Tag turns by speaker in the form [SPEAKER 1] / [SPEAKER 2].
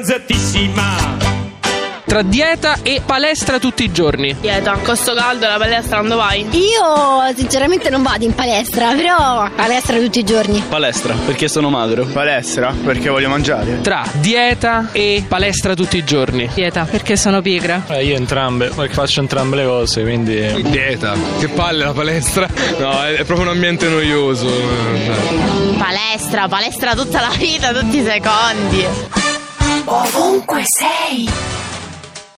[SPEAKER 1] abbronzatissima.
[SPEAKER 2] Tra dieta e palestra tutti i giorni.
[SPEAKER 3] Dieta, con sto caldo la palestra quando vai?
[SPEAKER 4] Io sinceramente non vado in palestra, però palestra tutti i giorni.
[SPEAKER 5] Palestra, perché sono magro.
[SPEAKER 6] Palestra, perché voglio mangiare.
[SPEAKER 2] Tra dieta e palestra tutti i giorni.
[SPEAKER 7] Dieta, perché sono pigra.
[SPEAKER 8] Eh, io entrambe, perché faccio entrambe le cose, quindi... eh.
[SPEAKER 9] Dieta. Che palle la palestra. No, è, è proprio un ambiente noioso. eh.
[SPEAKER 3] Palestra, palestra tutta la vita, tutti i secondi.
[SPEAKER 10] Ovunque sei.